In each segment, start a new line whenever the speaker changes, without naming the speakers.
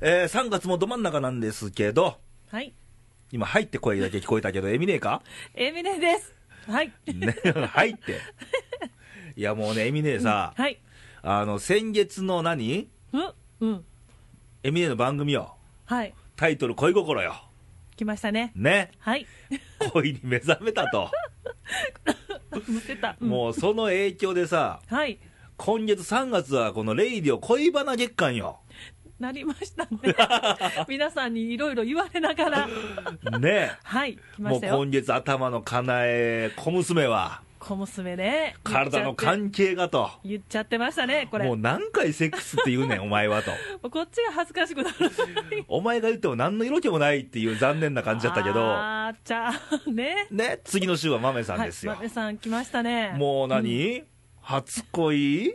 えー、3月もど真ん中なんですけど、
はい。
今、入って声だけ聞こえたけど、エミネーか
エミネです。はい。
ね、 入って。いや、もうね、エミネーさ、
はい。
あの、先月の何
うん。うん。
エミネーの番組よ。
はい。
タイトル、恋心よ。
来ましたね。
ね。
はい。
恋に目覚めたと。
乗ってた。うん
もう、その影響でさ、
はい。
今月3月はこのレイディオ恋バナ月間よ。
なりましたね。 皆さんにいろいろ言われながら。
ね。
はい。来ま
も
し
う
たよ。
今月頭のかなえ小娘は
小娘ね。
体の
じ。
関係がと
言っちゃってましたね、これ。
もう
も
何回セックスって言うねんお前はと
うこっちが恥ずかしくなる。
お前が言っても何の色気もないっていう残念な感じだったけど
あー、じゃあ、ね。
ね次の週は豆さんですよ、
はい、豆さん来ましたね。
もう何、初 恋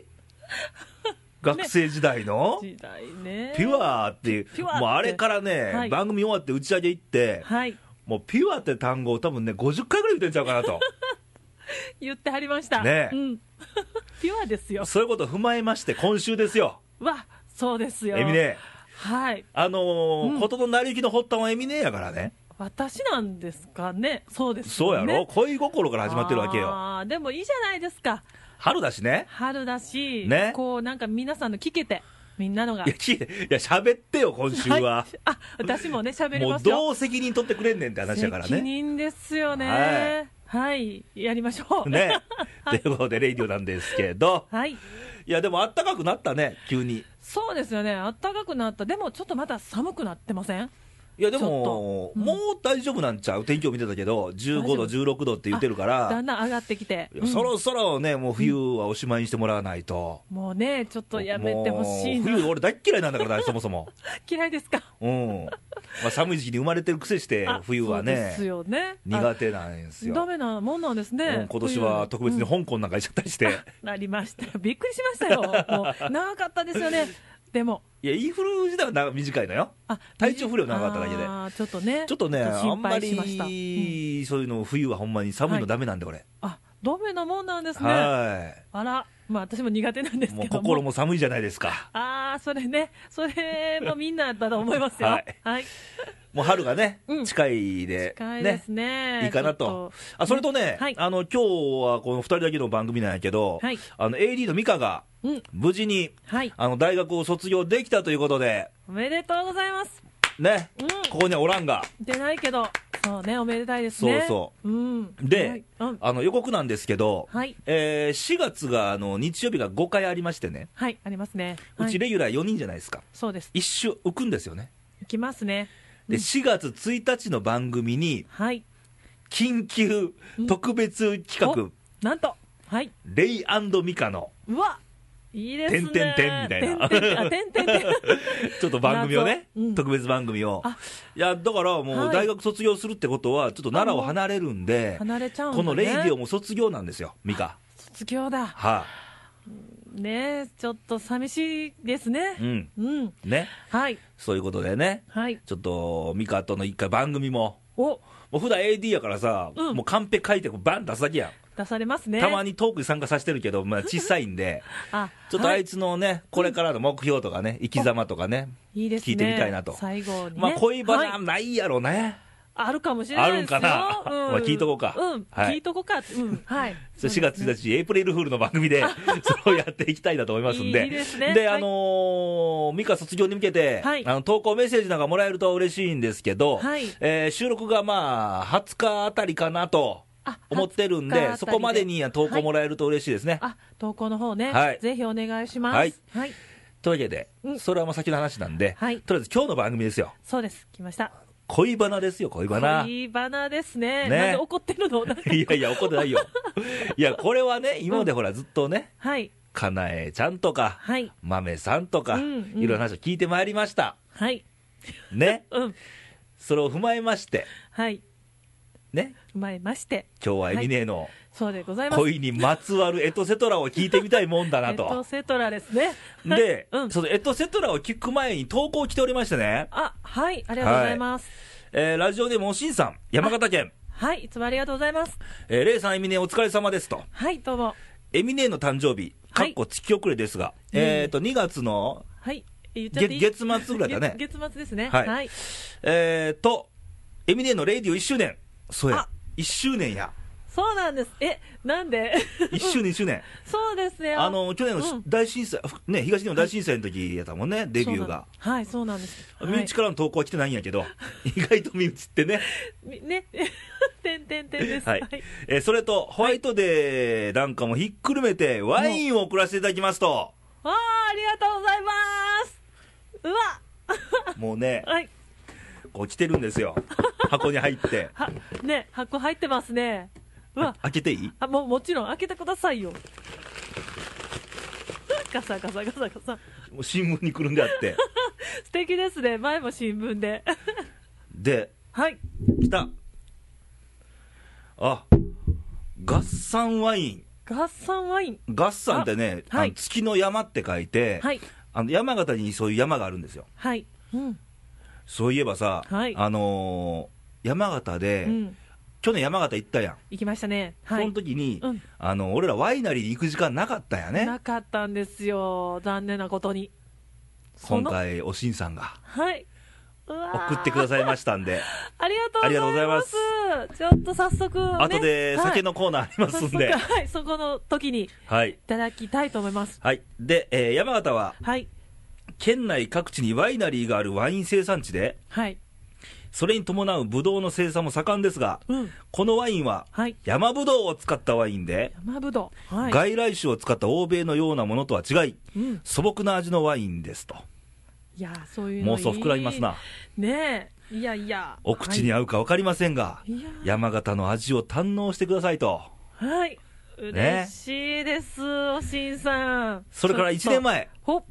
学生時代の、
時代ね。
ピュ。アっていう
ピュアって
もうあれからね、
はい
番組終わって打ち上げ行って、
はい。
もうピュアって単語を多分ね50回ぐらい言ってんちゃうかなと
言ってはりました。
ね
うん。 ピュアですよ。
そういうことを踏まえまして今週ですよ
わ、そうですよ。
エミネ
はい。
あのー
うん
ことの成り行きの発端はエミネやからね、
私なんですかね。そうです
そう
よ
や
ね。
ろ、恋心から始まってるわけよ、
あーでもいいじゃないですか。
春だしね、
春だし、
ね
こう、なんか皆さんの聞けて、みんなのが。
いや、聞いて、いや、喋ってよ、今週は、
いあ、私もね、喋り
も
ま
う
すよ。
どう責任取ってくれんねんって話やから
責
ね。
任ですよね。はい。やりましょう。
ね、ということで、レイディオなんですけど、
はい。
いや、でも、あったかくなったね、急に。
そうですよね。暖かくなった。でも、ちょっとまだ寒くなってません
いや、で
ち
も
ょ、っとうん
もう大丈夫なんちゃう、天気を見てたけど、15度、
大
16度って言ってるか
だ
ら
ん、だん上がってきて。
いや
うん
そろそろね、もう冬はおしまいにしてもらわないと。
もうね、ちょっとやめてほしい
もう冬、
な。
俺、大っ嫌いなんだから、そもそも。
嫌いですか
うん、まあ、寒い時期に生まれてるくせして
あ、
冬は
そうです
ね、
よね。
苦手なんです
あダ
よ。
メなもんなんです
う
ね
ん。今年は特別に
本
香港なんか行っちゃったりして、
なりました。びっくりしまし たよ。もう、長かったですよね。でも、
いや、インフル自体は長短いのよ、
あ、
体調不良長かっただけで
あーちょっと ね。
ちょっとね、あ
心
んま
配しました。うん
りそういうの、冬はほんまに寒いのだめなんで、俺、
あ、ダメなもんなんですね。
は
あら、まあ私も苦手なんで
い、
す
もう
けども。
心も寒いじゃないですか、
ああ、それね。それもみんなだと思いますよ。
は
はいい。
もう春がね
う、ん
近いで、
近いですね。
いいかな
ち
と
ょ、
あそれとね、
はい
あの今日はこの2人だけの番組なんやけど、
はい
あの AD の美香が
っと。うん。
無事に
はい。
あの大学を卒業できたということで、
おめでとうございます。
ね、
うん。
ここにはおらんが、
出ないけど、そうね、おめでたいですね。。
そう
うん。
で
はいうん。
あの予告なんですけど、
はい。
えー4月があの日曜日が5回ありましてね、
はい、ありますね。
うち
はい、
レギュラー4人じゃないですか、
そうです。
一周浮くんですよね、
いきますね。
で
うん
4月1日の番組に、
はい。
緊急
うん
特別企画、
なんと。はい。
レイミカの、
うわ。いいですね。
てんてんてんみたいな
てんてんてんあ、てんて んてん。
ちょっと番組をね、
謎うん
特別番組を
あ。
いや、だからもう
はい
大学卒業するってことは、ちょっと奈良を離れるんで、
離れちゃうんだ、ね。
このレイディオも卒業なんですよ、ミカ。
卒業だ。
は
ねえ、ちょっと寂しいですね
い、う。ん、
うん。
ね、
はい。
そういうことでね、
はい。
ちょっとミカとの一回番組も、
お、
もう普段 AD やからさ、
うん
もうカンペ書いてバン出すだけやん、
出されますね。
たま
に。
にトークに参加させてるけど、まあ、小さいんで、
あ、
ちょっとあい
は
つのね、これからの目標とかね、生き様とかね、
い、いいですね。
聞いてみたいなと
最後に、ね。
まあ恋バ
は
ナ
い
ないやろね、
あるかもしれないですよ。
あるんかなまあ聞いとこうか
うん。
はい
聞いとこうか。うん。 はい。
それ4月1日、エイプリルフールの番組で、それをやっていきたいなと思いますんで、
いいですね
で
はい
あのー美香卒業に向けて、
はい
あの投稿メッセージなんかもらえると嬉しいんですけど、
はい
えー収録がまあ、20日あたりかなと
あ
思ってるんで、
20日あたりで
そこまでには投稿もらえると嬉しいですね。
あ、投稿の方ね。
はい
ぜひお願いします。
は
はいい。
というわけで、
うん
それはもう先の話なんで、
はい
とりあえず今日の番組ですよ、
そうです。来ました。
恋バナですよ、恋バナ。
恋バナですね。
ね
なんで怒ってる のなんか
いやいや、怒ってないよ。いや、これはね、今までほら、ずっとね、
はい。
かなえちゃんとか、
はい。
まめさんとか、
うんうん
いろんな話を聞いてまいりました。
はい。
ね。
うん。
それを踏まえまして、
はい。
ね。
踏まえまして。
今日はエミネの
そうでございます。
恋にまつわるエトセトラを聞いてみたいもんだな
エト
と。
セトラですね。はい
で、
うん。
そのエトセトラを聞く前に投稿来ておりましてね、
あ、はい。ありがとうございます。
えーラジオでもおしんさん、山形県、
はい。いつもありがとうございます。
えーレイさんエミネお疲れ様ですと。
はい、どうも。
エミネの誕生日、か
はい
っこ月遅れですが、
いえいえ
えっ、と、2月の
はい。言っちゃっていい
月月末ぐらいだね。
月月末ですね。
はい
はい。
えーと、エミネのレディオ1周年。そうや
あ。
1周年や。
そうなんです。え、な んで
1周年、1周年。
そうですよ。
あの、去年のし
うん
大震災、ふね、東日本大震災の時やったもんね、デビューが。
そうなんですはい、そ
身
うなんで
内
す。
からの投稿は来てないんやけど、意外と身内って ね。
はい、みね、てんてんてんです。
は
はいい。
えーそれと、ホワイトデーなんかもひっくるめて、ワインを送らせていただきますと、
わあ、ありがとうございます。う
もうね、
わ、はい。
こう来てるんです よ。箱に入って。
は、ね、箱入ってますね。うわ、
開けていい
あ、もう、もちろん開けてくださいよ。 ガサガサガサガサ。
もう新聞にくるんであ って。
素敵ですね。前も新聞で。
で、
はい。
来た。あ、合算ワイン。
合算ワイン。
合算ってね、
あはい
あの月の山って書いて、
はい。
あの山形にそういう山があるんですよ。
はい。うん。
そういえばさ、
はい
あのー山形で、
うん。
去年山形行ったやん。
行きましたね。は
そ
い
の。時に、
うん
あの俺らワイナリーに行く時間なかったんやね
なかったんですよ。残念なことに。そ
今
の
回おしんさんが
はい。うわー
送ってくださいました んで
ありがとうございます。ちょっと早速、ね、
後で酒
飲
のコーナーありますんで
はい、早速はい、そこの時にい
はい、
ただきたいと思います。
はい、で、えー山形は
はい。
県内各地にワイナリーがあるワイン生産地で
はい。
それに伴うブドウの生産も盛んですが
うん。
このワインは
はい。
山ぶどうを使ったワインで、
山ぶどう。はい。
外来種を使った欧米のようなものとは違い
うん。
素朴な味のワインですと
いやー、そういうの
妄想膨らみます。な
ねえ。いやいや。
お口に
は
合うか分かりませんが、
い、いやー
山形の味を堪能してくださいと、
はい。嬉しいです、おしんさん。
それから1年。前、
ほっ。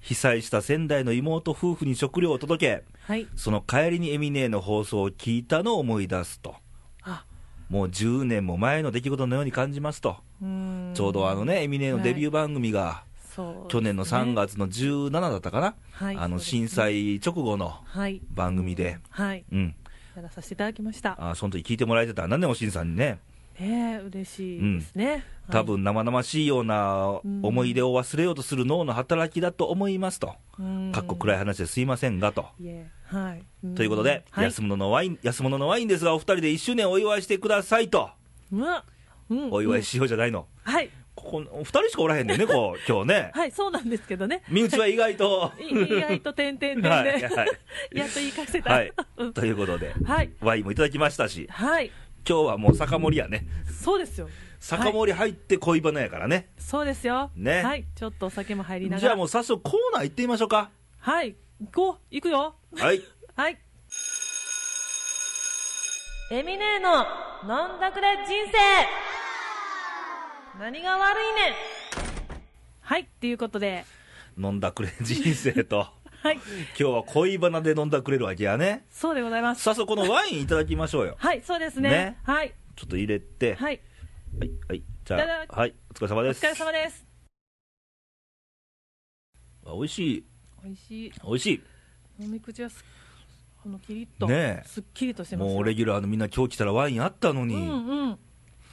被災した仙台の妹夫婦に食料を届け、
はい。
その帰りにエミネーの放送を聞いたのを思い出すと、
あ、
もう10年も前の出来事のように感じますと、
うーん。
ちょうどあのね、エミネーのデビュー番組が、
そうですね、
去年の3月の17だったかな、
はい
あの
そうで
震
すね
災直後の
はい、
番組で、
はい、
うん、
やらさせていただきました。
あその時聞いてもらえてたら、なんでおしんさんにね、
ねえ、嬉しいですね。
多分生々しいような思い出を忘れようとする脳の働きだと思いますと。
はい、
かっこ暗い話ですいませんがと。
い。いえ、はい。ん
ということで、
はい、
安物のワイン、安物のワインですが、お二人で1周年お祝いしてくださいと、
うわうん、
お祝いしようじゃないの、
うんはい、
ここ、お二人しかおらへんねんね、こう、 今日ね、
はい、そうなんですけ どね。
身内は意外と、
い意外と点々点で、
はいはい
やっと言い返せた。
はい
うん、
ということで、
はい、
ワインもいただきましたし、
はい、
今日はもう酒盛りやね、
そうですよ。
酒盛り入って恋バナやからね、
そうですよ。
ね
はい、ちょっとお酒も入りながら。
じゃあもう早速、コーナー行ってみましょうか、
はい、行こう、行くよ。
はい、
はい。エミネーの飲んだくれ人生何が悪いねんはい、っていうことで、
飲んだくれ人生と、
はい、
今日は恋バナで飲んだくれるわけやね、
そうでございます。
早速、このワインいただきましょうよ、
はい、そうですね。
ね
はい、
ちょっと入れて、
はい、
はい、はい、じゃ
いただき
あ、はい、お疲れ様
お
です。
疲れ様です。
あ美味しい、
美味しい。
美味し
飲み口はす、あの、キリッと、
ねえ
すっきりとして
い、
ますよ。
もうレギュラーのみんな、今日来たらワインあったの
う
に、
んうん。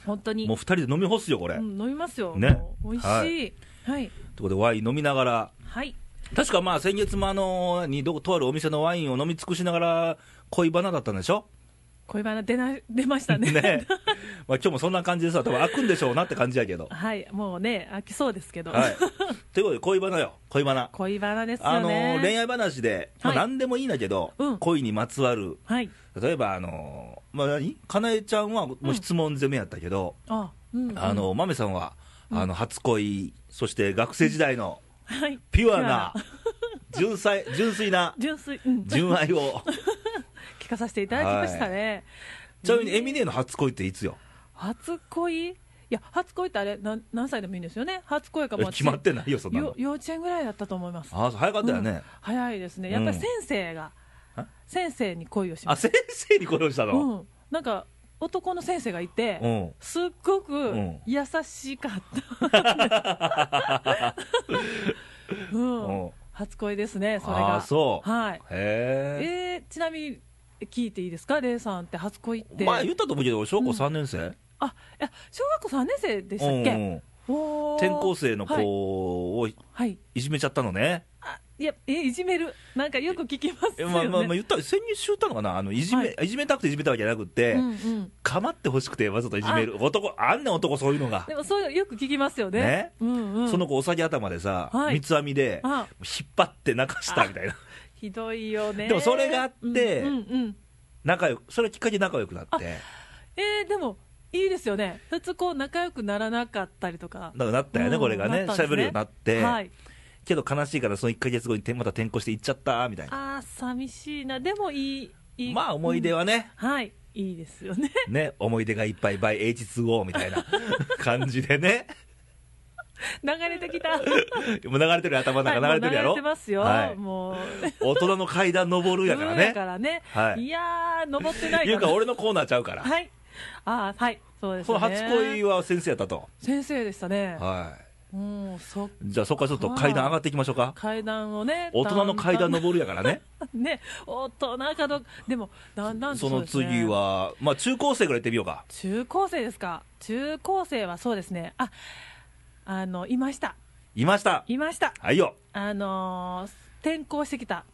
本当に。
もう2人で飲み干すよ、これ。
う
とい
ん、飲みますよ。
ね
もう美味しい。はい、
うことで、ワイン飲みながら、
はい、
確かまあ先月もあのにどことあるお店のワインを飲み尽くしながら、恋バナだったんでしょ、
恋バナ出な、出ましたね。
ねまあ今日もそんな感じですわ、多分開くんでしょうなって感じやけど。
はい、もうね、飽きそうですけど。
はい、ということで、恋バナよ、恋バナ。
恋バナです
あ
よ
の
ね。
恋愛話で、まあ、
はい
何でもいいんだけど、
うん
恋にまつわる、
はい。
例えば、あのまあ、何かなえちゃんはもう質問攻めやったけど、
あ、うん、
あの、まめさんは、あの、初恋、そして学生時代の
はい。
ピュア な、純粋、純粋な
純粋、うん、
純愛 を。
聞かさせていただきましたね。
ちなみに、エミネの初恋っていつよ
初恋いや、初恋ってあれ、なん何歳でもいいんですよね。初恋かも。
決まってないよ、そんな
よ
の。
幼稚園ぐらいだったと思います。
ああ、早かったよね。
早いですね。やっぱり先生が、
うん
先生に恋をしま
あ、
し
先生に恋をした
た。
の
うん。なんか、男の先生がいて、
うん。
すっごく
ん
優しか った。うん。
うん
初恋ですね、それ
あ
が。
あ、そう。
はい。
へ
えー、ちなみに聞いていいですか、レイさんって初恋っ
え。
て、
前言ったと思うけど、小学校3年生
あいや小学校3年生でしたっ
う
け、
んうん
おー
転校生の子
はい
を
はい
いじめちゃったのね。
あいや、え、いじめる。なんかよく聞きます
え
よね。
まあまあまあ言ったら潜入しよったのかなあのいじめ、い、じめたくていじめたわけじゃなくて、
うんうん。
かまってほしくてわざといじめる男あんねん男そういうのが
でもそういうのよく聞きますよね。
ね
うんうん。
その子お先頭でさ、
はい
三つ編みで
あ
引っ張って泣かしたみたいな
ひどいよね。
でもそれがあって
うんうんうん
仲良くそれきっかけで仲良くなって
えー、でも、いいですよね。普通こう仲良くならなかったりとか。
だからなったよね、
うん
これがね
なったんですね
喋、るようになって、
はい。
けど悲しいからその1か月後にてまた転校して行っちゃったみたいな
ああ、寂しいな。でもいい、いい。
まあ思い出
は、
はね、
はい。いいですよね。
ね思い出がいっぱい by H2O みたいな感じでね
流れてきた。
もう流れてるよ頭の中
はい
流れてるやろ、
もう流れてますよ。
はい
もう。
大人の階段登るやから
ブーや
ね
からね。
はい
いやー、登ってない
いう
か。
から俺のコーナーちゃうから、
はい。ああ、はい。そうです
その
ね。
初恋は先生やったと、
先生でしたね。
は
うん、そっ
い、じゃあそこからちょっと階段上がっていきましょうか
階段をね。
大人の階段
の。
登るやから ね
ね、大人かどうか。でも、だんだんと
そうの
ですね
次。は、まあ、中高生ぐらい行ってみようか
中高生ですか。中高生はそうですね。あ、あの、いました。
いました
いました。
はいよ
あのー転校してきた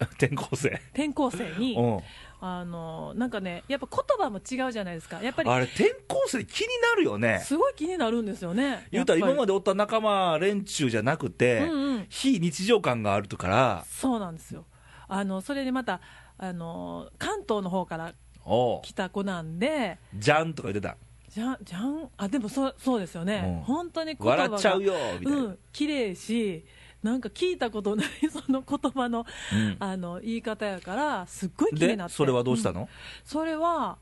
転校生
転校生に、
うん
あのーなんかね、やっぱ言葉も違うじゃないですか。やっぱり、
あれ転校生気になるよね
すごい気になるんですよね。
言うたら
やっ
今
ぱり
までおった仲間連中じゃなくて、
うんうん
非日常感があるとから
そうなんですよ。あの、それでまた、あのー関東の方から
おう
来た子なんで、
じゃんとか言ってた
じゃん、じゃん、あ、でもそう、そうですよね。
うん
本当に言葉が
笑っちゃうよみたいな、
うん、綺麗し、なんか聞いたことないその言葉の、
うん
あの、言い方やから、すっごい気に
で
なって。
それはどうしたの、
うんそれは、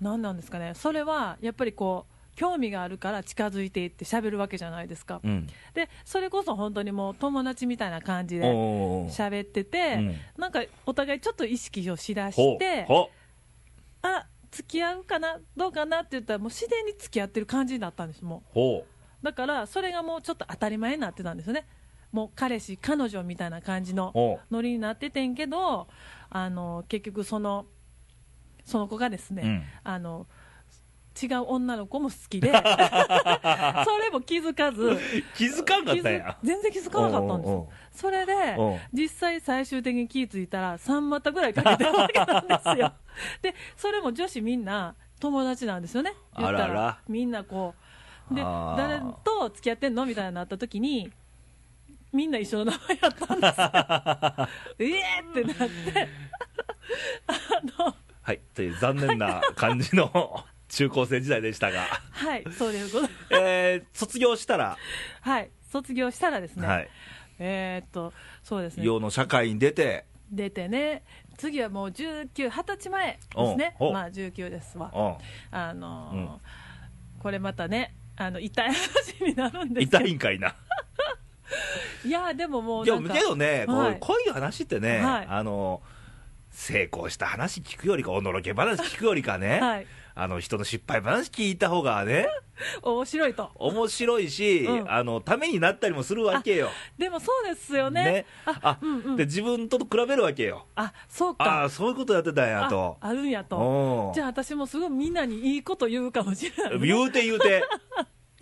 何なんですかね。それは、やっぱりこう、興味があるから近づいていって喋るわけじゃないですか。
うん
で、それこそ本当にもう友達みたいな感じで
おうおうおう
喋ってて、
うん
なんかお互いちょっと意識をしだ
ほ
し
う
て、
ほ
あ付き合うかなどうかなって言ったらもう自然に付き合ってる感じになったんですも
うほう
うだからそれがもうちょっと当たり前になってたんですよねもう彼氏彼女みたいな感じの
ほ
ノリになっててんけどあの結局そのその子がですね、
うん
あの違う女の子も好 きでそれも気づかず
う気づかんかったん
気
や
づ全然気づかなかったんです
おうおうお
よ
う
それで
おう
実際最終的に気づいたら3股ぐらいかけてるわけなんです よでそれも女子みんな友達なんですよね言ったら
あらら
みんなこうで
あー
誰と付き合ってんのみたいになった時にみんな一緒の名前やったん ですよええってなってあの
はいという残念な感じ の中高生時代でしたが、
はいそうですございます
えー卒業したら、
はい卒業したらですね、
はい、
えーっとそうですね
世の社会に出て
出てね次はもう19、20歳前ですね、
おうおう
まあ19ですわ、
う
あのー
うん
これまたね、あの痛い話になるん
ん
ですけ
痛
ど、
いんかいな。
いや、でももう
い
な
や
んか、
けどね、こう
はい
こういう話ってね、
はい
あの成功した話聞くよりか、おのろけ話聞くよりかね、
はい
あの人の失敗話聞いた方が ね、
面白いと、
面白いし、
うん
あのためになったりもするわけよ。
でもそうですよね、あ
あ
うんうん
で自分と比べるわけよ。
あそう
あ
か、
あ、そういうことやってたんやと。
あるんやと、
うん
じゃあ私もすごいみんなにいいこと言うかもしれない、
言うて言う て。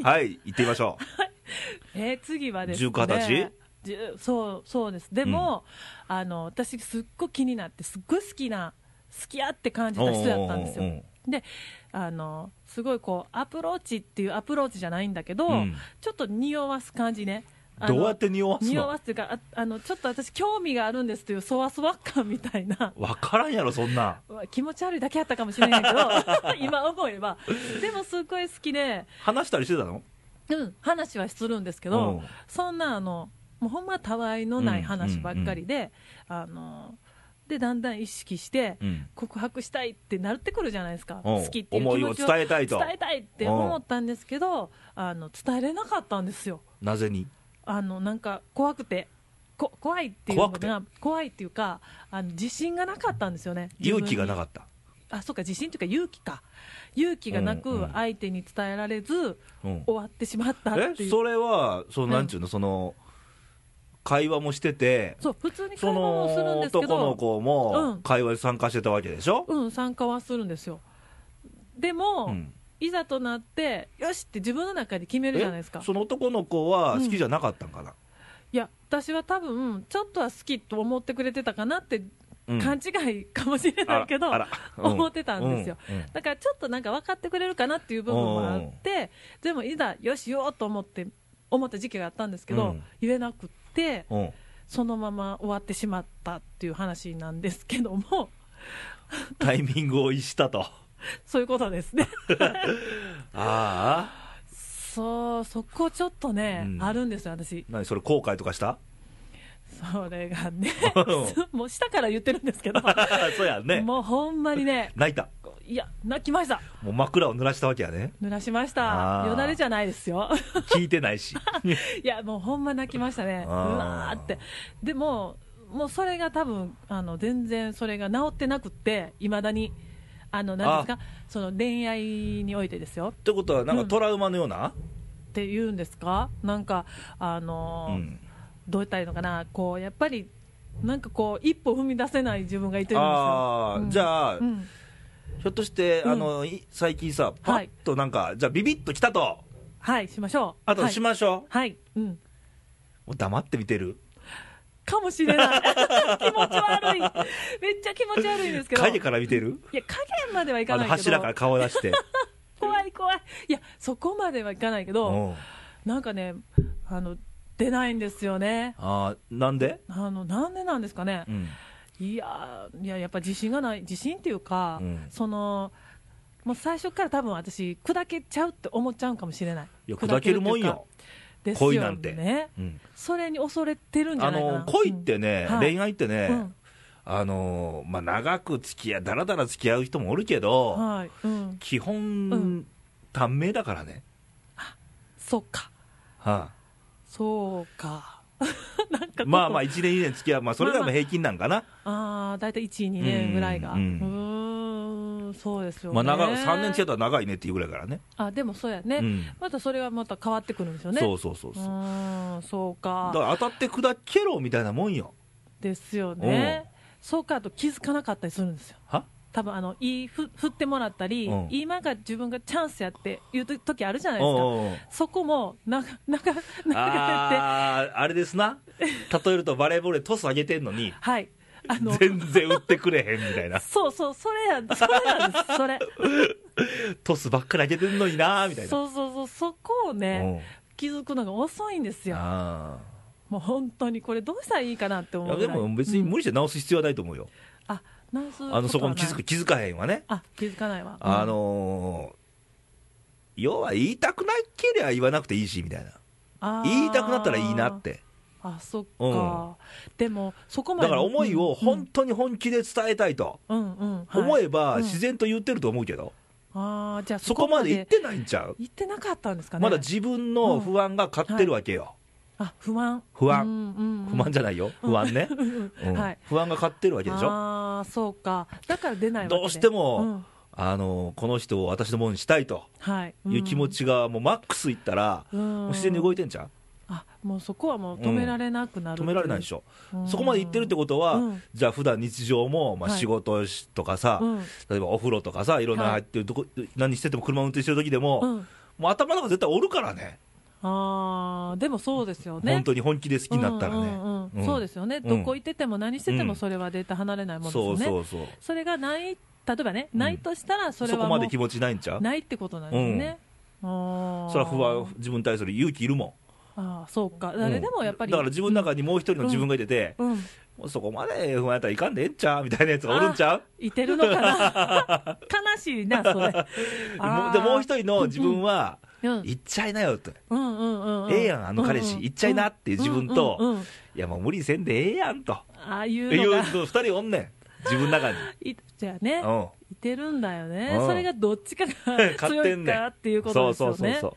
はい、行ってみましょ
えー次はですね、
19 20
じゅそうそうです、でも、あの私、すっごい気になって、すっごい好きな、好きやって感じた人だったんですよ。
おうおうおう
であのすごいこうアプローチっていうアプローチじゃないんだけど、
うん
ちょっと匂わす感じね。
う。
あの
どうやって匂わす
匂わ
の
すというかああのちょっと私興味があるんですというそわそわ感みたいな
わからんやろ、そんなん。
うわ気持ち悪いだけあったかもしれないけど 今思えばでもすごい好きで、
話したりしてたの
うん、話はするんですけ
う
ど
ん
そんなあのもうほんまたわいのない話ばっかりで、あのでだんだん意識して
うん。
告白したいってなってくるじゃないですか
うん
好きっていう気
思い
持
を伝
ちを
えたいと。
伝えたいって思ったんですけど、あの伝えれなかったんですよ、
なぜに
あのなんか怖くて、こ怖いっていうのが
怖
怖いっていうかあの、自信がなかったんですよね、
勇気がな
っ
かった。
た、あそうか、自信というか、勇気か、勇気がな
うんう
く
ん、
相手に伝えられず、
うん
終わってしまったって
え
いう、
それは、その
うん
なんちゅうの、その、会話もしてて、
そう、普通に会
そ
話もする
の
んですけ
男の
ど、
子
う
も
ん
会話に参加してたわけでしょ、
うん、参加はするんですよ。でも、
うん
いざとなって、よしって自分の中で決めるじゃない
え
ですか。
その男の子は好きじゃなかったんかな、
いや私は多分ちょっとは好きと思ってくれてたかなって
うん
勘違いかもしれないけど、
あらあらうん
思ってたんですよ
うんうん
だからちょっとなんか分かってくれるかなっていう部分もあってでもいざよしようと思って思った時期があったんですけ
う
ど、
ん
言えなくって
うん
そのまま終わってしまったっていう話なんですけども
タイミングを逸した と。
そういうことですね
ああ、
そうそこちょっとね、
うん
あるんですよ私
何それ、後悔とかした
それがね
う
もう下から言ってるんですけど
そうや ね、
もうほんまにね
泣いた、
いや泣きました
もう枕を濡らしたわけやね、
濡らしまし
あ
た
ー
よだれじゃないですよ
聞いてないし、
いやもうほんま泣きましたねうわ
あー
ーってでももうそれが多分あの全然それが治ってなくっていまだにあの何ですかその恋愛においてですよ
ってことは、なんかトラウマのような、
って言うんですかなんかあの
う
ー、
ん、
どう言ったらいいのかなこうやっぱりなんかこう一歩踏み出せない自分がいてるんですよ
あ
うん
あ、じゃあ、
う
ひ
ん
ょっとして、
うん
あのい最近さ、パ
はい
ッとなんか、じゃあ、ビビッときたと、
はいしましょう
あと
はい
しましょ
はい、うん
う、もう黙って見てる、
かもしれない 気持ち悪いめっちゃ気持ち悪いんですけど
影から見てる、
いや加減まではいか
あ
な
の
いけど
柱から顔出 して、
怖い怖いいやそこまではいかないけ
う
ど
ん、あ
なんかねあの出ないんですよね
あー、なんで、
あのなんでなんですかね
う、ん、
いやーいややっぱ自信がない自信っていうか、
うん
そのもう最初から多分私砕けちゃうって思っちゃうかもしれない
いや、砕けるもんよ、
砕けるっていうか
恋なんて
ですよね
うん
それに恐れてるんじゃ
あ
ないかな
の恋ってね、
うんはい
恋愛ってね、
うん
あのまあ、長く付き合い、だらだら付き合う人もおるけど、
うんはい、うん、
基本、
ん
短命だからね、
そっか
は
そうかなんか
あ、まあまあ、
あ
1年、2年付き合う、まあ、それがまあ平均なんかな、
あー大体12年ぐらいがう
うんうん
ーんそうですよ
ま
ね
あ長3年付き合ったら長いねっていうぐらいからね、
あでもそうやね、
うん
またそれがまた変わってくるんですよね
そうそうそう
う
そう、
ーんそうか
だから当たって砕けろみたいなもんよ、
ですよねそうかあと気づかなかったりするんですよ
は
多分あのいいふ振ってもらったり、
うん
今が自分がチャンスやっていうと時あるじゃないですか、
おうおう
そこもなか なか流れて
あーあれですな、例えるとバレーボールでトス上げてんのに、
はいあの
全然打ってくれへんみたいな、
そうそうそれやそれなんですそれ
トスばっかり上げてんのになーみたいな。
そうそうそうそこをね気づくのが遅いんです
うん
よ
あー
もう本当にこれどうしたらいいかなって
い
思
や
う
で
ぐらい
も別に無理して直す必要はないと思うよ、
あなんす
あのそこに気づ
とはな
く
い
気づかへんはね、
あ気づかないわ
あのー要は言いたくなけりゃ言わなくていいしみたいな、
あー
言いたくなったらいいなって、
あそっか、でもそこま
だ
で
から思いを
うん
本当に本気で伝えたいと
うんうんはい
思えば、
うん
自然と言ってると思うけど、
ああじゃあ
そこまで言ってないんちゃう、
言ってなかったんですかね
まだ自分の不安が勝ってるわけよ、
あ不安
不安
うんうんうん
不満じゃないよ、不安 ね、
うん
うん
はい
不安が勝ってるわけでしょ、
ああそうかだから出ないわけで
どうしても、
うん
あのーこの人を私のものにしたいと
はい
いう気持ちがもうマックスいったら、もう自然に動
い
いてんじゃん
あもうそこはもう止められなくなる、
止められないでし
ょ
ょ、そこまで言ってるってことは、
うん
じゃあ普段日常も、まあ、
はい
仕事とかさ、
うん
例えばお風呂とかさ、いろんな
はい
入ってるとこ、何してても車運転してる時でも、
うん
もう頭の中絶対おるからね
ああでもそうですよね
本当に本気で好きになったらね、
うんうんうん
うん
そうですよね、どこ行ってても何しててもそれは絶対離れないものです
そ
よ
う
ね、
そうそう、
それがない例えばね、
うん
ないとしたらそ
そ
れは
こ
も
ま
う
で気持ちないんちゃう
ないってことなんですね、あー
それは不安、自分に対する勇気いるも
あーそうか
ん、
誰でもやっぱ
うん
り、
だから自分の中にもう一人の自分がいてて、
うん、
もうそこまで不安やったらいかんでええんちゃうみたいなやつがおるんちゃう
いてるのかな 悲しいなそれ
もうでもう一人の自分は、
人、うん、
行っちゃいなよって、
うんうんうんうん
ええやん、あの彼氏、
うんうん
行っちゃいなっていう自分と、
うんうんうん
いや、もう無理せんでええやんと、
ああい
いうう
の
の
が
2人おんねん、自分の 中に。
いじゃあね
うん
いてるんだよね
うん
それがどっちかが
勝
強
手ん
い
ね
か
ん
っていうことですよ
そう
ね
そうそうそ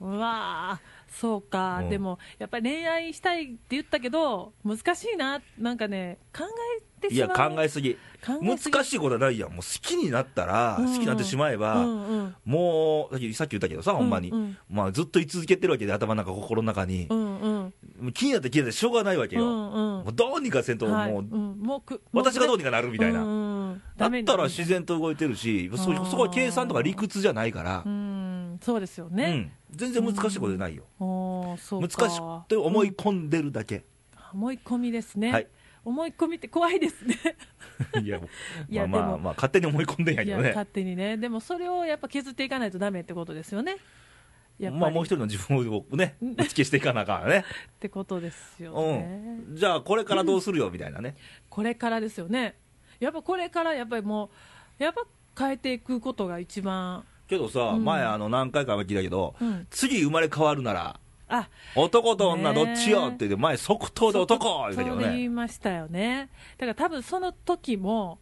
う
わあそうか、
うん
でもやっぱり恋愛したいって言ったけど難しいななんかね考えて
う。い
し
や、
まう
考えすぎ。
考えすぎ
難しいことはないやん。もう好きになったら、
うんうん
好きになってしまえば、
うんうん
もうさっき、さっき言ったけどさ、ほんまに。
うんうん
まあ、ずっと居続けてるわけで、頭の中、心の中に
う。んうん
もう気になって気になってしょうがないわけ
う
よ。
んう
も
ん
うどうにかせんと、
はい
もう、
んもうくも
私がどう
く
にかなるみたいな。
うんうん
だ
ダ
っ
メにな
た
る
ら自然と動いてるし、そ
あー
そこは計算とか理屈じゃないから
う、んそうですよね、
うん全然難しいことないよ、
おーそう
難
か
しくて思い込んでるだけ、
思い込みですね、
はい
思い込みって怖いですね
いや
いや
まあ
で
まあ、
も
まあ、勝手に思い込んでんや
い
け
や
どね
勝手にねでもそれをやっぱ削っていかないとダメってことですよねやっぱり、
まあもう一人の自分をね打ち消していかなあかんよね
ってことですよね、
うんじゃあこれからどうするよみたいなね、
これからですよねやっぱこれからやっぱりもうやっぱ変えていくことが一番
けどさ、
うん
前あの何回か聞いたけど、
うん
次生まれ変わるなら
あ
男と女どっちよ
ねえ
って言って前即答で男言うたけど
そう言い
ね
ましたよねだから多分その時も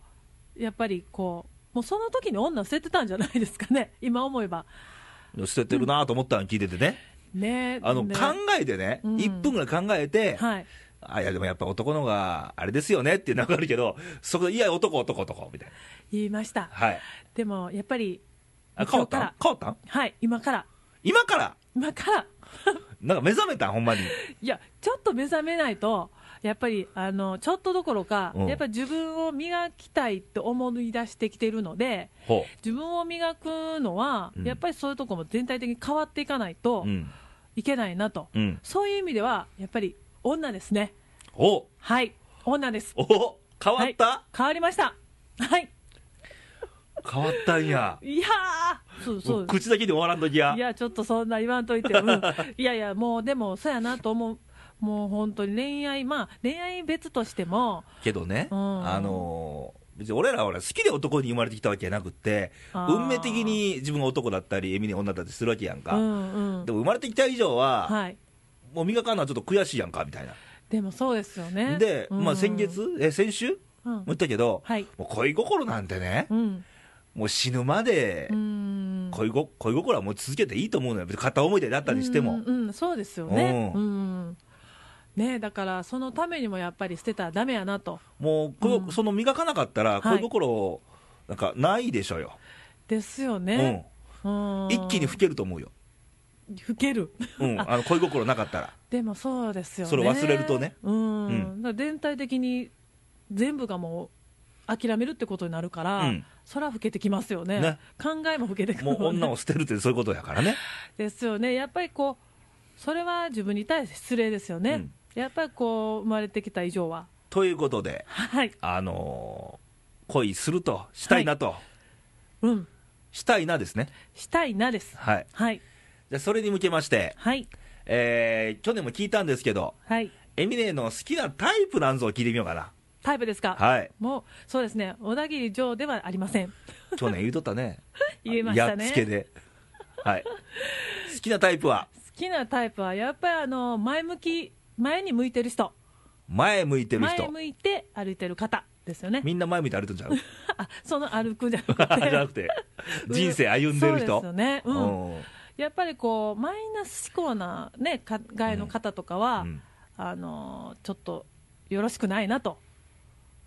やっぱりこうもうその時に女を捨ててたんじゃないですかね今思えば
捨ててるなと思ったの聞いててね、
ね
あの
ね
考えてね、
うん
1分ぐらい考えて、
はい
あいやでもやっぱ男の方があれですよねっていうのがあるけどそこでいや男男男みたいな
言いました
はい
でもやっぱり
あ変わっ
今日か
た
ら
変わったん
はい今から
今から
今から
なんか目覚めたんほんまに
いやちょっと目覚めないとやっぱりあのちょっとどころか、
うん
やっぱ自分を磨きたいって思い出してきてるので
ほ
自分を磨くのは、
うん
やっぱりそういうとこも全体的に変わっていかないと
ううん
いけないなと、
うん
そういう意味ではやっぱり女ですね
お
はい女です
お変わった、
はい変わりましたはい
変わったんや
いやーそうそう
口だけで終わらんときや
いやちょっとそんな言わんとい て、うん、いやいやもうでもそうやなと思うもう本当に恋愛まあ恋愛別としても
けどね、
うん
あのー別に俺らはほら好きで男に生まれてきたわけじゃなくって
あー
運命的に自分が男だったりエミに女だったりするわけやん
う
か、
んうん
でも生まれてきた以上は、
はい
もう磨かんのはちょっと悔しいやんかみたいな
でもそうですよね
で、
うん
まあ、先月、え先週
うん
も言ったけど、
はい
もう恋心なんてね、
うん
もう死ぬまで
うん
恋ご恋心はもう続けていいと思うのよ、別に片思いでだったにして
う
も
ん、うん、そうですよね
う
うん、ねだからそのためにもやっぱり捨てたらダメやなと
もうこの、
うん
その磨かなかったら、
はい
恋心、なんかないでしょよ、
ですよね、うん
うん、一気に老けると思うよ、
老ける
うん、あの恋心なかったら、
でもそうですよね
それ忘れるとね
うん、
うん
だから全体的に全部がもう諦めるってことになるから、
うん
そら老けてきますよね
ね
考えも老けてくる
もう女
を
を捨てるってそういうことやからね、
ですよねやっぱりこうそれは自分に対して失礼ですよね、
うん
やっぱりこう生まれてきた以上は
ということで、
はい
あのー恋すると、したいなと、
うん
したいなですね、
したいなです
はい、
はい
じゃあそれに向けまして、
はい
えー去年も聞いたんですけど、
はい
エミネの好きなタイプなんぞを聞いてみようかな。
タイプですか、
はい。
もうそうですね小田切城ではありません
去年言うとったね。
言いましたね
やっつけで。はい。好きなタイプは、
好きなタイプはやっぱりあの前向き前に向いてる人
前向いてる
前
人。
向いて歩いてる方ですよね
みんな前向いて歩いてんじゃん。
あその歩くじゃな
じゃな
く
く
て
て、人生歩んでる
そ
人。
うですよね、うん
うん
やっぱりこうマイナス思考な、ね、考えの方とかは、
うん
あのちょっとよろしくないなと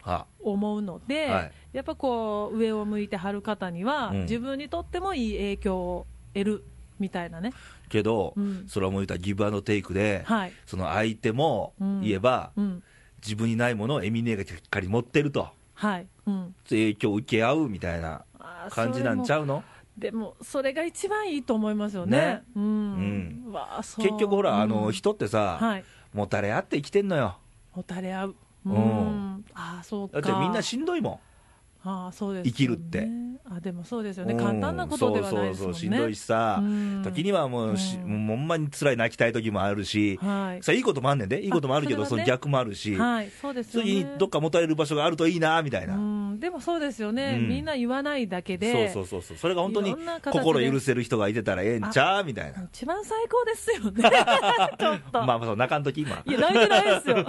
は
思うので、
はい
やっぱこう上を向いてはる方には、
うん
自分にとってもいい影響を得るみたいなね
けど、
うん
それはもう言ったらギブアンドテイクで、
はい
その相手も言えば、
うん
自分にないものをエミネがしっかり持ってると、
はい、うん、
影響を受け合うみたいな
あー
感じなんちゃうの
それもでもそれが一番いいと思いますよね
ね
うん、わあそう
結局ほら、あ
う
の
ん
人ってさ、
はい
もたれ合って生きてんのよ。
もたれ合ううん、
うん
ああそう
だ
か
ってみんなしんどいもん。
ああそうですよね
生きるって
あでもそうですよね
うん
簡単なことではないです
そうそ
もんね
うそうしんどいしさ、
うん
時にはもうし、
うん
もうほんまに辛い泣きたい時もあるし、
はい
さあいいこともあんねんで、いいこともあるけど、
あ
そ
それはね
の逆もあるし、
はいそうですよ
次
ね
にどっかもたれる場所があるといいなみたいな、
うんでもそうですよね、
うん
みんな言わないだけ
そう
で
そうそうそう、それが本当
い
に
ろんな形で
心許せる人がいてたらええんちゃうみたいな、
一番最高ですよ ねちょっと、
まあ、そう泣かんとき、今、
いや泣いてないですよ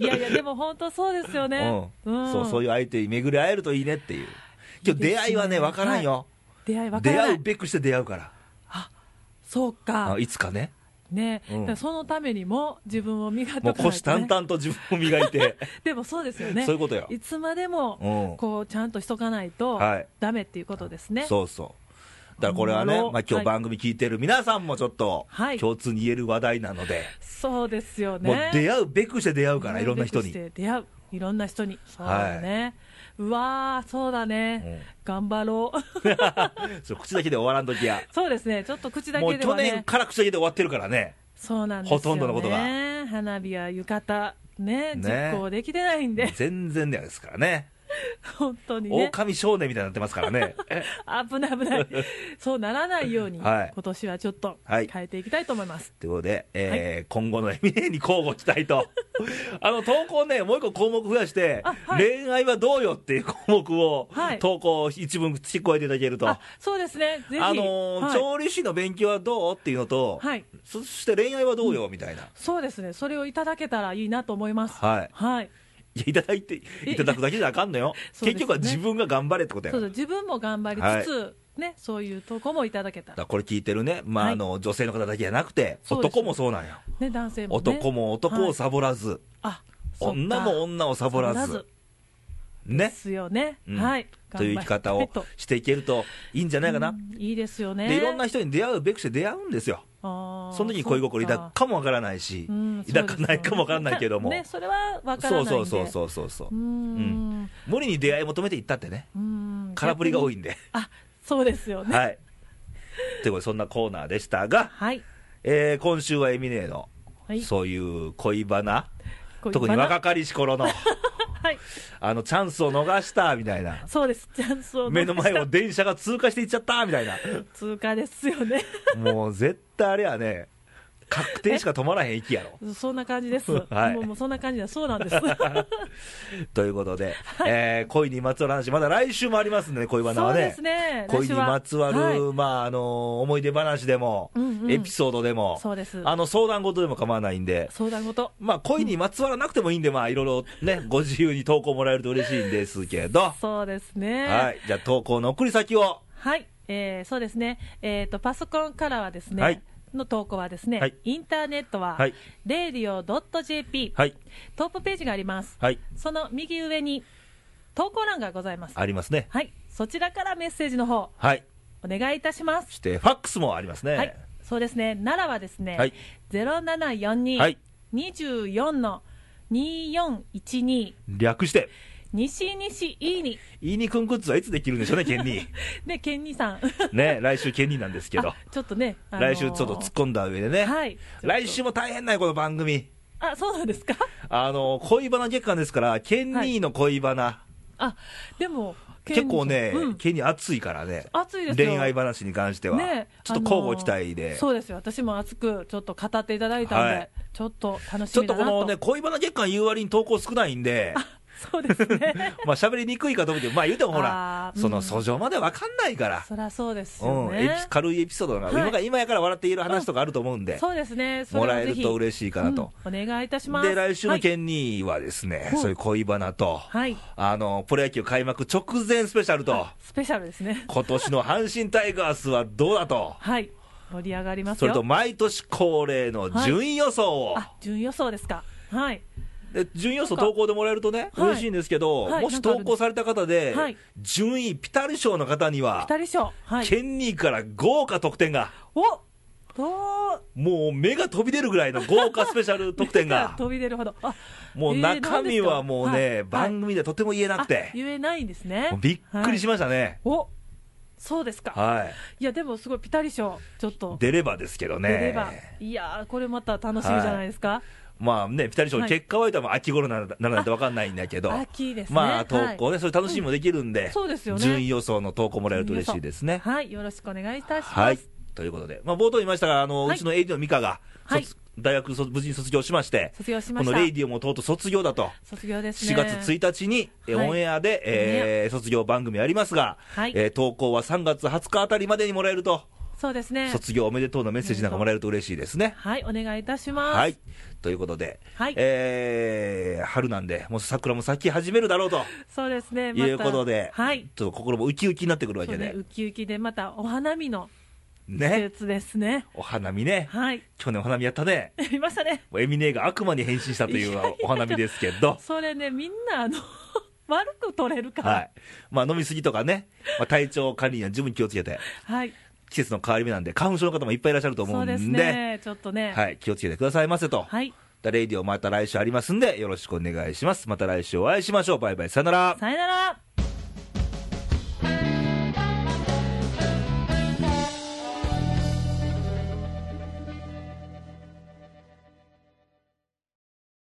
いやいやでも本当そうですよね、
うんそう、そうい
い
うう相手に巡り会えるといいねっていう、今日出会いはね、
いいですね
分からんよ、
出会い分か
出
らな
会う
い
べくして出会うから、
そうか
あいつかね、
ね、
うん
だからそのためにも自分を磨いて
もう虎視眈々と自分を磨いて、
でもそうですよね
そういうことよ
いつまで
うん
もこうちゃんとしとかないと
はい
ダメっていうことです ね、
そうそう。だからこれはね
おも、ろ
まあ、今日番組聞いてる皆さんもちょっと
はい
共通に言える話題なので、
そうですよね
もう出会うべくして出会うから、いろんな人に。
出会ういろんな人にそうだね、うわー、そうだね、頑張ろう、
うんそう口だけで終わらんときや、
そうですね、ちょっと口だ
も
け
う
で
去
は
年
ね、
から口だけで終わってるからね、
そうなんですよ、ね、
ほとんどのことが
花火や浴衣、ね、
ね
実行できてないんで、
全然ですからね、
本当にね、
狼少年みたいになってますから ね、え
危ない、危 ない、そうならないように、
はい
今年はちょっと
はい
変えていきたいと思います。
ということで、えー今後の MA に交互期待 と、あの投稿ね、もう一個項目増やして、
あはい
恋愛はどうよっていう項目を、
はい
投稿一文付け加えていただけると、
あそうですね、ぜひ、
あのー
はい
調理師の勉強はどうっていうのと、
はい
そして恋愛はどうよみたいな、
そうですね、それをいただけたらいいなと思います。
はい
はい、
いやいただいていただくだけじゃあかんのよ、
そうですね
結局は自分が頑張れってことや
そ
から
うそう自分も頑張りつつ、ね、そういう投稿もいただけた、
だかららこれ聞いてるね、まあ
はい
あの女性の方だけじゃなくて、
そうです
男もそうなんよ、
ね、男性も、ね、
男も男をサボらず、
あそっか
女も女をサボらず、
サボらずで
ね、
すよね、
うん
はい、
という生き方を
頑張りたいと
していけるといいんじゃないかな、
うんいいですよね。
でいろんな人に出会うべくして出会うんですよ、
あー
その時に恋心
そっ
抱くかもわからないし、
うんそうですよね
抱かないかもわからないけども、
ね、それはわからな
そ
いん
う
で
そうそうそうそうそう
うーん
無理に出会い求めていったってね、
うーん
空振りが多
い
いんで。
あそうですよね
はい。ということで、そんなコーナーでしたが、
はい、
えー今週はエミネの、
はい、
そういう恋バナ、
こういう
特に
バナ
若かりし頃 の、
はい
あの、チャンスを逃した、みたいな。
そうですチャンスを逃した
目の前を電車が通過していっちゃった、みたいな。
通過ですよね
もう絶対あれはね、確定しか止まらへん駅や ろ。
そんな感じで す、
はい
もうもうそんな感じだそ うなんです
ということで、えー恋にまつわる話、まだ来週もありますんでね、恋バナ
そ
は
うで
ね
す。ね
恋に
来週は
まつわる、
はい
まあ、あの、思い出話でも、
うんうん
エピソードでも、
そうです
あの、相談事でも構わないんで、
相談事
まあ、恋にまつわらなくてもいいんで、まあ、いろいろね、ご自由に投稿もらえると嬉しいんですけど、
そうですね
はい。じゃあ、投稿の送り先を、
はい、えー、そうですね、えー、とパソコンからはですね、
はい
の投稿はですね、
はい
インターネットは、
はい
radio.jp、
はい。
トップページがあります、
はい。
その右上に投稿欄がございます、
ありますね。
はい、そちらからメッセージの方
はい。
お願いいたしま
そ
す。
して、ファックスもありますね。
はい、そうですね、奈良はですね、
はいは
0742
い、
24の2412、
略して、
西西いいに、
いいにくんグッズはいつできるんでしょうね、ケンニ
で、ケンニさん、
ー。ね、来週ケンニーなんですけど
あ、ちょっとね、あのー
来週ちょっと突っ込んだ上でね、
はい
来週も大変なよ、この番組。
あ、そうなんですか
あの、恋バナ月間ですから、ケンニーの恋バナ、
あでも
結構ね、
うん
ケンニー熱いからね。
熱いですよ
恋愛話に関しては、
ね
ちょっと交互期待で、
あのそうですよ私も熱くちょっと語っていただいたんで、
はい
ちょっと楽
ち
し
ょっ
みだ
とこ
なと
のね、恋バナ月間言う割に投稿少ないん で、
そうで すね
まあ喋りにくいかと思って、まあ言うてもほら
あ、ー
そうの
ん
訴状までわかんないから、
そりゃそうですよ
うん、エ
ね
ピ、軽いエピソードが、
はい
今が今やから笑っている話とかあると思うんで、
そうですねそ
も
れ
ら
は
え
ぜ
る
ひ
と嬉しいかなと。
うんお願いいたします
で、来週の
はい
ケンニーはですね、
うん
そういう恋バナと、
はい
あの、プロ野球開幕直前スペシャルと、
スペシャルですね
今年の阪神タイガースはどうだと、
はい盛り上がります
それ
よ
と毎年恒例の順位予想を、
あ順予想ですかはい
で順位予想投稿でもらえるとね、
はい
嬉しいんですけど、
はい
もし投稿された方で、
はい
順位ピタリ賞の方には、
二人賞はい
ケンニーから豪華特典が、
おどう
もう目が飛び出るぐらいの豪華スペシャル特 典が、
飛び出るほどあ
もう
えー
中身はもうね、
なんですかはい
番組ではとても言えなく
あ
て、
言えないんですね
もうびっくりし
ま
ましたね。
おそうですか、
はい
い、やでもすごいピタリ賞ちょっと
出ればですけど
出れば、
ね、
いやーこれまた楽しみじゃないですか、
まあね、ピタリ賞、
はい
結果は言うたらもう秋頃ならならないと分かんないんだけど、
秋ですね
まあ投稿
はい
ね、それ楽しみもできるんで、
そうですよね
順位予想の投稿もらえると嬉しいですね。
はいよろしくお願いいたします、
はい、ということで、まあ、冒頭言いましたが、あの
はいう
ちの AD の美香が、
はい
卒大学卒無事に卒業しまして、
卒業しました
このレイディオもとうとう卒業だと。
卒業です
4
ね
月1日に、え
はい
オンエアで、えー卒業番組ありますが、
はい
えー投稿は3月20日あたりまでにもらえると、
そうですね
卒業おめでとうのメッセージなんかもらえると嬉しいですね。
はいお願いいたします、
はい、ということで、
はい
えー春なんで、もう桜も咲き始めるだろうと
そうですねまた
いうことで、
はい
ちょっと心もウキウキになってくるわ
そう
け
ね
で、
ウキウキでまたお花見の季
ね、
節ですね
お花見ね、
はい
去年お花見やったね。
やりましたね
もうエミネが悪魔に変身したとい
いうやいや
お花見ですけど、
それねみんなあの 悪く取れるから
はいまあ、飲み過ぎとかね、まあ、体調管理には十分気をつけて、
はい
季節の変わり目なんで、花粉症の方もいっぱいいらっしゃると思
そううです
んで、
ねちょっとね
はい、気をつけてくださいませと、
はい、
だレイディオまた来週ありますんで、よろしくお願いします。また来週お会いしましょう。バイバイ、さよなら。
さよなら